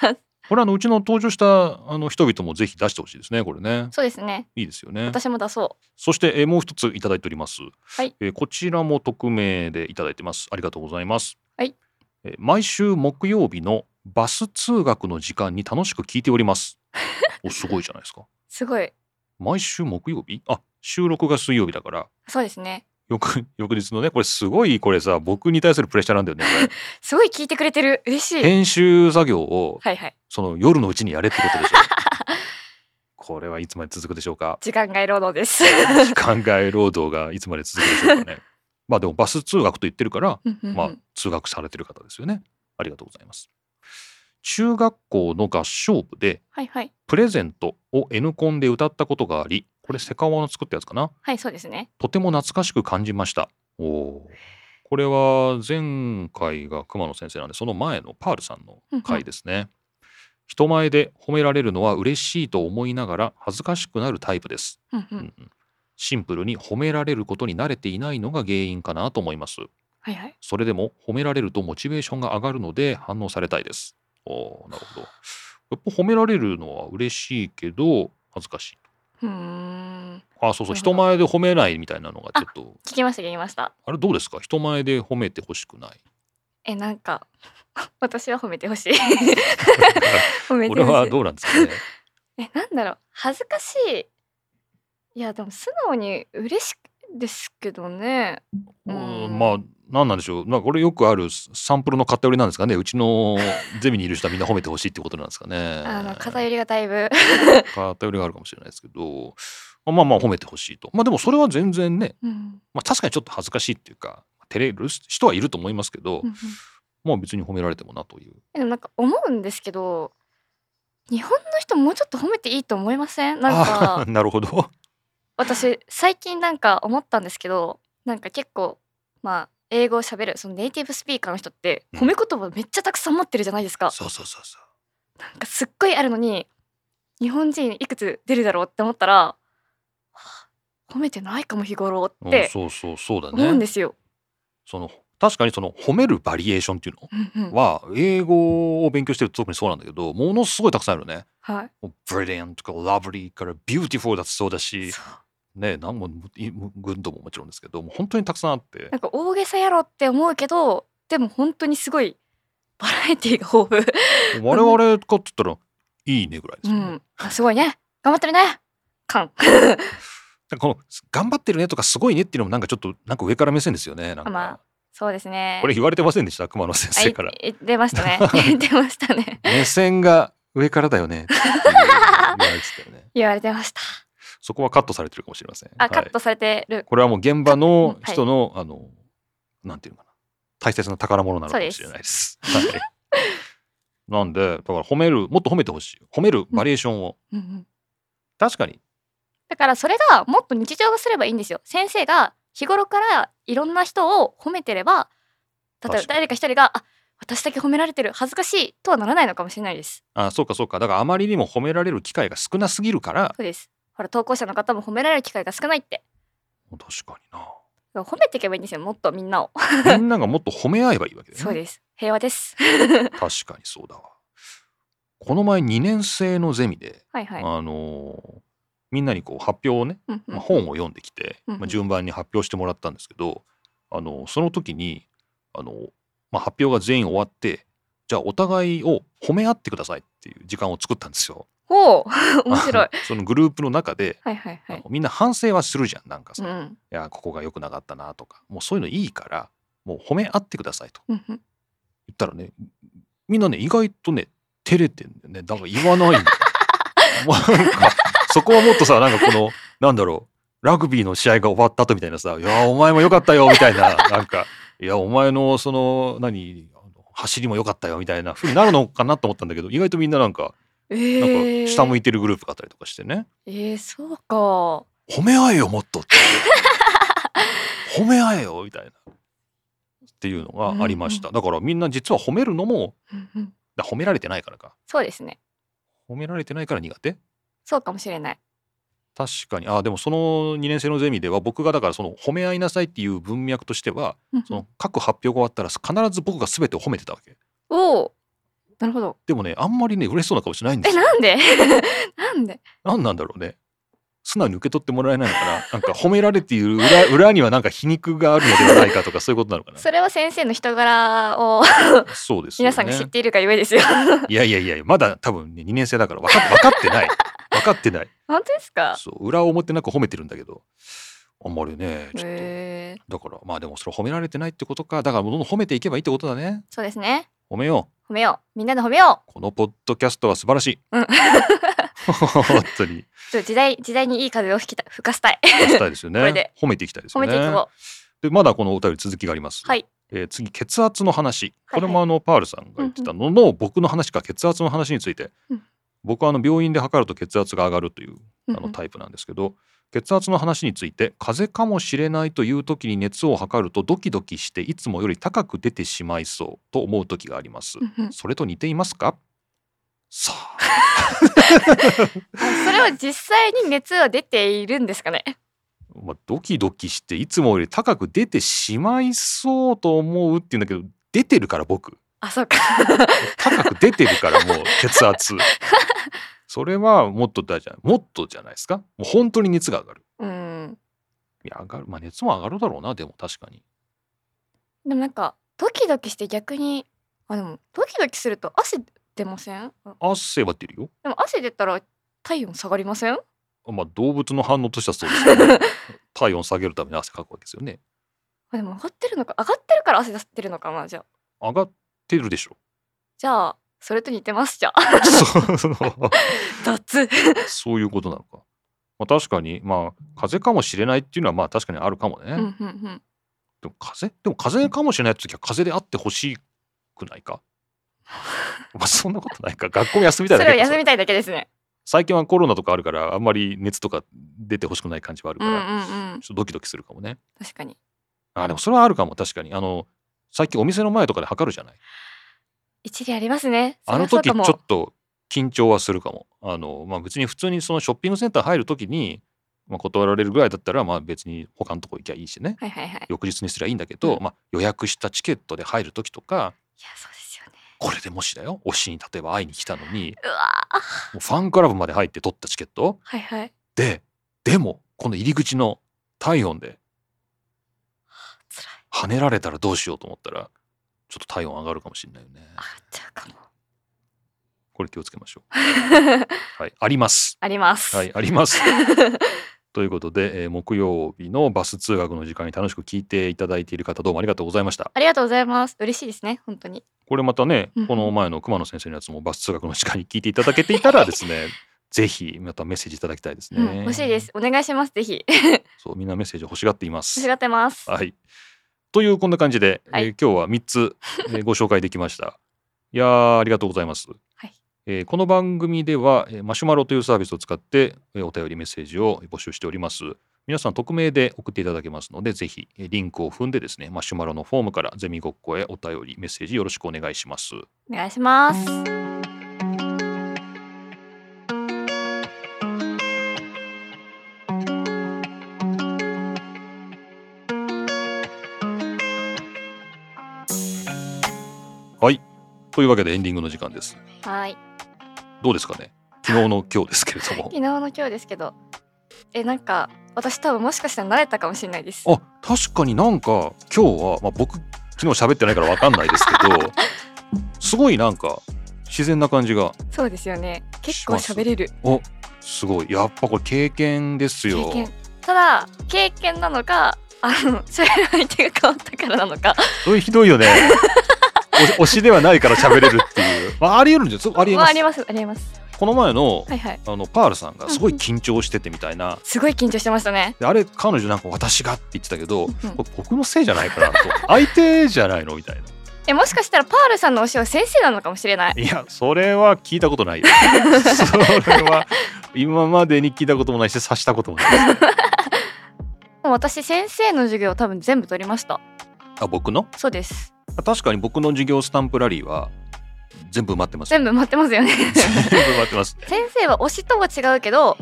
Speaker 1: これあのうちの登場したあの人々もぜひ出してほしいですねこれね
Speaker 2: そうですね
Speaker 1: いいですよね
Speaker 2: 私も出そ
Speaker 1: そして、えーもう一ついただいております、
Speaker 2: はい
Speaker 1: えーこちらも匿名でいただいてますありがとうございます
Speaker 2: はい、
Speaker 1: えー毎週木曜日のバス通学の時間に楽しく聞いております おすごいじゃないですか
Speaker 2: うすごい
Speaker 1: 毎週木曜日あ収録が水曜日だから
Speaker 2: そうですね
Speaker 1: 翌翌日のねこれすごいこれさ僕に対するプレッシャーなんだよねこ
Speaker 2: すごい聞いてくれてる嬉し
Speaker 1: れ
Speaker 2: い
Speaker 1: 編集作業を
Speaker 2: はいはい
Speaker 1: その夜のうちにやれってこと でしょこれはいつまで続くでしょうか
Speaker 2: 時間外労働です
Speaker 1: 考え労働がいつまで続くでしょうかねまあでもバス通学と言ってるから、
Speaker 2: うんうんうん
Speaker 1: まあ、通学されてる方ですよねありがとうございます中学校の合唱部で
Speaker 2: はいはい
Speaker 1: プレゼントを N コンで歌ったことがありこれセカオワの作ったやつかな
Speaker 2: はいそうですね
Speaker 1: とても懐かしく感じましたおおーこれは前回が熊野先生なんでその前のパールさんの回ですね人前で褒められるのは嬉しいと思いながら恥ずかしくなるタイプです
Speaker 2: うんう
Speaker 1: うんんうんシンプルに褒められることに慣れていないのが原因かなと思います
Speaker 2: はいはい
Speaker 1: それでも褒められるとモチベーションが上がるので反応されたいですおーなるほどやっぱ褒められるのは嬉しいけど恥ずかしいう
Speaker 2: ーん
Speaker 1: あそうそう
Speaker 2: なるほど
Speaker 1: 人前で褒めないみたいなのがちょっと
Speaker 2: 聞きました聞きました
Speaker 1: あれどうですか人前で褒めてほし くない。
Speaker 2: えなんか 私は褒めてほしい 褒めて
Speaker 1: 俺
Speaker 2: ほ
Speaker 1: は
Speaker 2: しい
Speaker 1: どうなんですかね。
Speaker 2: えなんだろう恥ずかしいいやでも素直に嬉しいですけどね うん
Speaker 1: うんまあ何なんでしょう。なんかこれよくあるサンプルの偏りなんですかね。うちのゼミにいる人はみんな褒めてほしいってことなんですかね。
Speaker 2: あの偏りがだいぶ
Speaker 1: 偏りがあるかもしれないですけど、まあまあ褒めてほしいと。まあでもそれは全然ね、
Speaker 2: うん
Speaker 1: まあ確かにちょっと恥ずかしいっていうか照れる人はいると思いますけど、
Speaker 2: うんうん
Speaker 1: まあ別に褒められてもなという。
Speaker 2: でもなんか思うんですけど日本の人もうちょっと褒めていいと思いませんなんか
Speaker 1: あー なるほど。
Speaker 2: 私最近なんか思ったんですけどなんか結構まあ英語を喋るそのネイティブスピーカーの人って
Speaker 1: うん
Speaker 2: 褒め言葉めっちゃたくさん持ってるじゃないですか、
Speaker 1: そうそうそうそう。
Speaker 2: なんかすっごいあるのに日本人いくつ出るだろうって思ったらはあ褒めてないかも日頃
Speaker 1: う
Speaker 2: っ
Speaker 1: ん
Speaker 2: て
Speaker 1: そうそうそうだね。
Speaker 2: 思うんですよ、
Speaker 1: その確かにその褒めるバリエーションっていうの
Speaker 2: うんうん
Speaker 1: は英語を勉強してると特にそうなんだけどものすごいたくさんあるよね。
Speaker 2: は
Speaker 1: ブリアントからラブリーからビューティフォーだってそうだし
Speaker 2: い。そう
Speaker 1: ねなんもいグッドももちろんですけどもう本当にたくさんあ って
Speaker 2: なんか大げさやろって思うけどでも本当にすごいバラエティーが豊富、
Speaker 1: 我々かって言ったら「いいね」ぐらいで
Speaker 2: う
Speaker 1: すよね。
Speaker 2: ん、あすごいね頑張ってるね感
Speaker 1: なんかこの「頑張ってるね」とか「すごいね」っていうのもなんかちょっとなんか上から目線ですよね。なんか
Speaker 2: まあそうですね
Speaker 1: これ言われてませんでした熊野先生から
Speaker 2: あ。い出ま したね出ましたね
Speaker 1: 目線が上からだよ ねっていう言われてたよね
Speaker 2: 言われてました
Speaker 1: そこはカットされてるかもしれません。
Speaker 2: あ、
Speaker 1: はい
Speaker 2: カットされてる
Speaker 1: これはもう現場の
Speaker 2: カット
Speaker 1: 人の、あのなんていうのかな大切な宝物なのかもしれないです。はい、なんでだから褒めるもっと褒めてほしい褒めるバリエーションを、
Speaker 2: うんうん
Speaker 1: 確かに
Speaker 2: だからそれがもっと日常がすればいいんですよ先生が日頃からいろんな人を褒めてれば例えば
Speaker 1: 確かに
Speaker 2: 誰か一人があ私だけ褒められてる恥ずかしいとはならないのかもしれないです
Speaker 1: あそうかそうかだからあまりにも褒められる機会が少なすぎるから
Speaker 2: そうですほら投稿者の方も褒められる機会が少ないって
Speaker 1: 確か
Speaker 2: だから褒めていけばいいんですよもっとみんなを
Speaker 1: になみんながもっと褒め合えばいいわけだよね。
Speaker 2: そうです平和です
Speaker 1: 確かにそうだわ。この前2年生のゼミで、
Speaker 2: はいはい、
Speaker 1: あのーみんなにこう発表をね、
Speaker 2: うんうん
Speaker 1: まあ、本を読んできて、
Speaker 2: うんうん
Speaker 1: まあ、順番に発表してもらったんですけど、あのその時に、あのまあ、発表が全員終わってじゃあお互いを褒め合ってくださいっていう時間を作ったんですよ。
Speaker 2: ほう面白い
Speaker 1: あの そのグループの中で、
Speaker 2: はいはい
Speaker 1: あ
Speaker 2: はい
Speaker 1: のみんな反省はするじゃんなんか
Speaker 2: う
Speaker 1: さ、
Speaker 2: んう
Speaker 1: い
Speaker 2: ん
Speaker 1: やここが良くなかったなとかもうそういうのいいからもう褒め合ってくださいと
Speaker 2: うんうん
Speaker 1: 言ったらねみんなね意外とね照れてんだよねだから言わないんだ よもうなんかそこはもっとさなんかこのなんだろうラグビーの試合が終わった後みたいなさ「いやお前も良かったよ」みたいななんか「いやお前のその何あの走りも良かったよ」みたいなふうになるのかなと思ったんだけど意外とみんななんか
Speaker 2: え
Speaker 1: なんか
Speaker 2: ー、
Speaker 1: 下向
Speaker 2: い
Speaker 1: いてるグループがあったりとかしてね
Speaker 2: えー、そうか
Speaker 1: 「褒め合えよもっと」って 「褒め合えよ」みたいなっていうのがありました、だからみんな実は褒めるのも
Speaker 2: うんうん
Speaker 1: だ褒められてないからか
Speaker 2: そうですね
Speaker 1: 褒められてないから苦手
Speaker 2: そうかもしれない
Speaker 1: 確かにあでもその2年生のゼミでは僕がだからその褒め合いなさいっていう文脈としては
Speaker 2: うんうん
Speaker 1: その各発表が終わったら必ず僕が全てを褒めてたわけ
Speaker 2: おおなるほど
Speaker 1: でもねあんまりね嬉しそうな顔しないんで
Speaker 2: え
Speaker 1: すよ
Speaker 2: なんでなんで
Speaker 1: 何なんだろうね素直に受け取ってもらえないのかななんか褒められている裏 裏にはなんか皮肉があるのではない かとかそういうことなのかな
Speaker 2: それは先生の人柄を
Speaker 1: そうですよ、ね、
Speaker 2: 皆さんが知っているがゆえですよ
Speaker 1: いやいやいやまだ多分ね2年生だから分かっ分かってない分かって ない
Speaker 2: 本当ですか
Speaker 1: そう裏表なく褒めてるんだけどあんまりねちょっと、
Speaker 2: へえ
Speaker 1: だからまあでもそれ褒められてないってことかだからどんどん褒めていけばいいってことだね
Speaker 2: そうですね
Speaker 1: 褒めよ
Speaker 2: 褒めようみんなで褒めよ
Speaker 1: うこのポッドキャストは素晴らしい、
Speaker 2: うん
Speaker 1: 本当に
Speaker 2: うちょっと時代時代にいい風を吹きた吹かせたい
Speaker 1: 出したいですよ
Speaker 2: これ
Speaker 1: ね
Speaker 2: で
Speaker 1: 褒めていきたいです
Speaker 2: 褒
Speaker 1: よ
Speaker 2: め
Speaker 1: ね
Speaker 2: ていこ
Speaker 1: でまだこのお便り続きがあります、
Speaker 2: うはい
Speaker 1: えー次血圧の話
Speaker 2: はいはい
Speaker 1: これもあのパールさんが言ってたのの、僕の話か血圧の話について、
Speaker 2: うん
Speaker 1: 僕はあの病院で測ると血圧が上がるという
Speaker 2: う
Speaker 1: あ
Speaker 2: んう
Speaker 1: の
Speaker 2: ん
Speaker 1: タイプなんですけど、血圧の話について風邪かもしれないという時に熱を測るとドキドキしていつもより高く出てしまいそうと思う時があります、
Speaker 2: うんうん
Speaker 1: それと似ていますかさあ
Speaker 2: それは実際に熱は出ているんですかね
Speaker 1: まあ、ドキドキしていつもより高く出てしまいそうと思うっていうんだけど出てるから僕
Speaker 2: あそうか
Speaker 1: 高く出てるからもう血 圧それはもっと大事じゃないもっとじゃないですかもう本当に熱が上がる
Speaker 2: うん
Speaker 1: いや上がるまあ熱も上がるだろうなでも確かに
Speaker 2: でもなんかドキドキして逆にあでもドキドキすると汗出ませんあ
Speaker 1: 汗は出るよ
Speaker 2: でも汗出たら体温下がりません
Speaker 1: まあ動物の反応としてはそうですけ ど体温下げるために汗かくわけですよね
Speaker 2: あでも上がってるのか上がってるから汗出してるのかなじゃあ
Speaker 1: 上がってるで しょ
Speaker 2: じゃあそれと似てますじゃあ
Speaker 1: そうその
Speaker 2: 雑
Speaker 1: そういうことなのか、まあ、確かにまあ風邪かもしれないっていうのはまあ確かにあるかもね、
Speaker 2: うんうんうん
Speaker 1: でも風邪でも風邪かもしれない時は風邪であってほしくないかまあそんなこと ないか学校休みた
Speaker 2: そ
Speaker 1: いだ
Speaker 2: れは
Speaker 1: け
Speaker 2: 休みたいだけですね
Speaker 1: 最近はコロナとかあるからあんまり熱とか出てほしくない感じはある
Speaker 2: う
Speaker 1: か
Speaker 2: んう
Speaker 1: ら、
Speaker 2: んうん
Speaker 1: ちょっとドキドキするかもね
Speaker 2: 確かに
Speaker 1: あでもそれはあるかも確かにあの最近お店の前とかで測るじゃない
Speaker 2: 一理ありますね
Speaker 1: あの時ち
Speaker 2: そ
Speaker 1: ょ
Speaker 2: りゃそうかも
Speaker 1: っと緊張はするかもあのまあ別に普通にそのショッピングセンター入る時にまあ、断られるぐらいだったらまあ別に他のとこ行きゃいいしね
Speaker 2: はいはいはいいや
Speaker 1: 翌日にすりゃいいんだけど、
Speaker 2: うん
Speaker 1: まあ、予約したチケットで入る時とか
Speaker 2: そうですよね
Speaker 1: これでもしだよ推しに例えば会いに来たのに
Speaker 2: うわー
Speaker 1: もうファンクラブまで入って取ったチケット
Speaker 2: はいはい
Speaker 1: ででもこの入り口の体温で跳
Speaker 2: 辛い
Speaker 1: ねられたらどうしようと思ったらちょっと体温上がるかもしれないよね
Speaker 2: あっちゃうかも
Speaker 1: これ気をつけましょうはいあります
Speaker 2: あります
Speaker 1: はいあり ますということで、えー木曜日のバス通学の時間に楽しく聞いていただいている方どうもありがとうございました
Speaker 2: ありがとうございます嬉しいですね本当に
Speaker 1: これまたね、
Speaker 2: うん
Speaker 1: この前の熊野先生のやつもバス通学の時間に聞いていただけていたら ですねぜひまたメッセージいただきたいですね、
Speaker 2: うん欲しいですお願いします ぜひ
Speaker 1: そうみんなメッセージ欲しがっています
Speaker 2: 間違ってます
Speaker 1: はい。というこんな感じで、
Speaker 2: はい
Speaker 1: えー今日は3つ、え ーご紹介できました。いやーありがとうございます。
Speaker 2: はい
Speaker 1: えーこの番組では、えーマシュマロというサービスを使って、えーお便りメッセージを募集しております。皆さん匿名で送っていただけますので、ぜひえーリンクを踏んでですね、マシュマロのフォームからゼミごっこへお便りメッセージよろしくお願いします。
Speaker 2: お願いします
Speaker 1: はい。というわけでエンディングの時間です。
Speaker 2: はい
Speaker 1: どうですかね昨日の今日ですけれども
Speaker 2: 昨。日の今日ですけどえなんか私多分もしかしたら慣れたかもしれないです
Speaker 1: あ確かになんか今日は、まあ、僕昨日喋ってないから分かんないですけ どすごいなんか自然な感じが
Speaker 2: そうですよね結構喋れる
Speaker 1: すごいやっぱこれ経験ですよ
Speaker 2: 経験ただ経験なのかあの喋る相手が変わったからなのか
Speaker 1: それひどいよね お推しではないから喋れるっていう、まあ、ありえるんですよありえ
Speaker 2: ま
Speaker 1: ま
Speaker 2: あ
Speaker 1: す,、
Speaker 2: ありますあります
Speaker 1: この前の,、
Speaker 2: はいはい
Speaker 1: あのパールさんがすごい緊張しててみたいな
Speaker 2: すごい緊張してましたね
Speaker 1: であれ彼女なんか私がって言ってたけど
Speaker 2: うんうん
Speaker 1: これ僕のせいじゃないかなと相手じゃないのみたいな
Speaker 2: えもしかしたらパールさんの推しは先生なのかもしれない
Speaker 1: いやそれは聞いたことない よそれは今までに聞いたこともないし察したこともないです
Speaker 2: もう私先生の授業を多分全部取りました
Speaker 1: あ僕の
Speaker 2: そうです
Speaker 1: 確かに僕の授業スタンプラリーは全部埋まってます
Speaker 2: 全部待って ますよね
Speaker 1: 全部埋まって ますね
Speaker 2: 先生は推しとは違うけど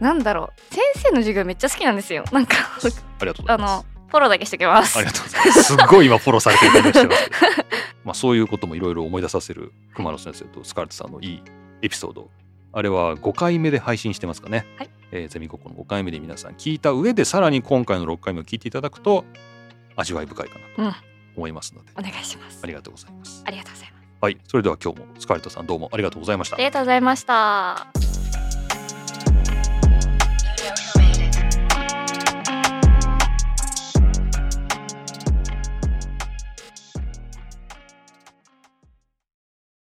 Speaker 2: なんだろう先生の授業めっちゃ好きなんですよなんか
Speaker 1: ありがとうござ
Speaker 2: あ
Speaker 1: います
Speaker 2: のフォローだけしときます
Speaker 1: ありがとうございますすっごい今フォローされてる感じがしてますけどまあそういうこともいろいろ思い出させる熊野先生とスカルトさんのいいエピソードあれは5回目で配信してますかね、
Speaker 2: はい
Speaker 1: えーゼミごっこの5回目で皆さん聞いた上でさらに今回の6回目を聞いていただくと味わい深いか
Speaker 2: うん
Speaker 1: なと思いますので、
Speaker 2: お願いします
Speaker 1: ありがとうございます
Speaker 2: ありがとうございます
Speaker 1: はい、それでは今日もスカルトさんどうもありがとうございました
Speaker 2: あり。がとうございました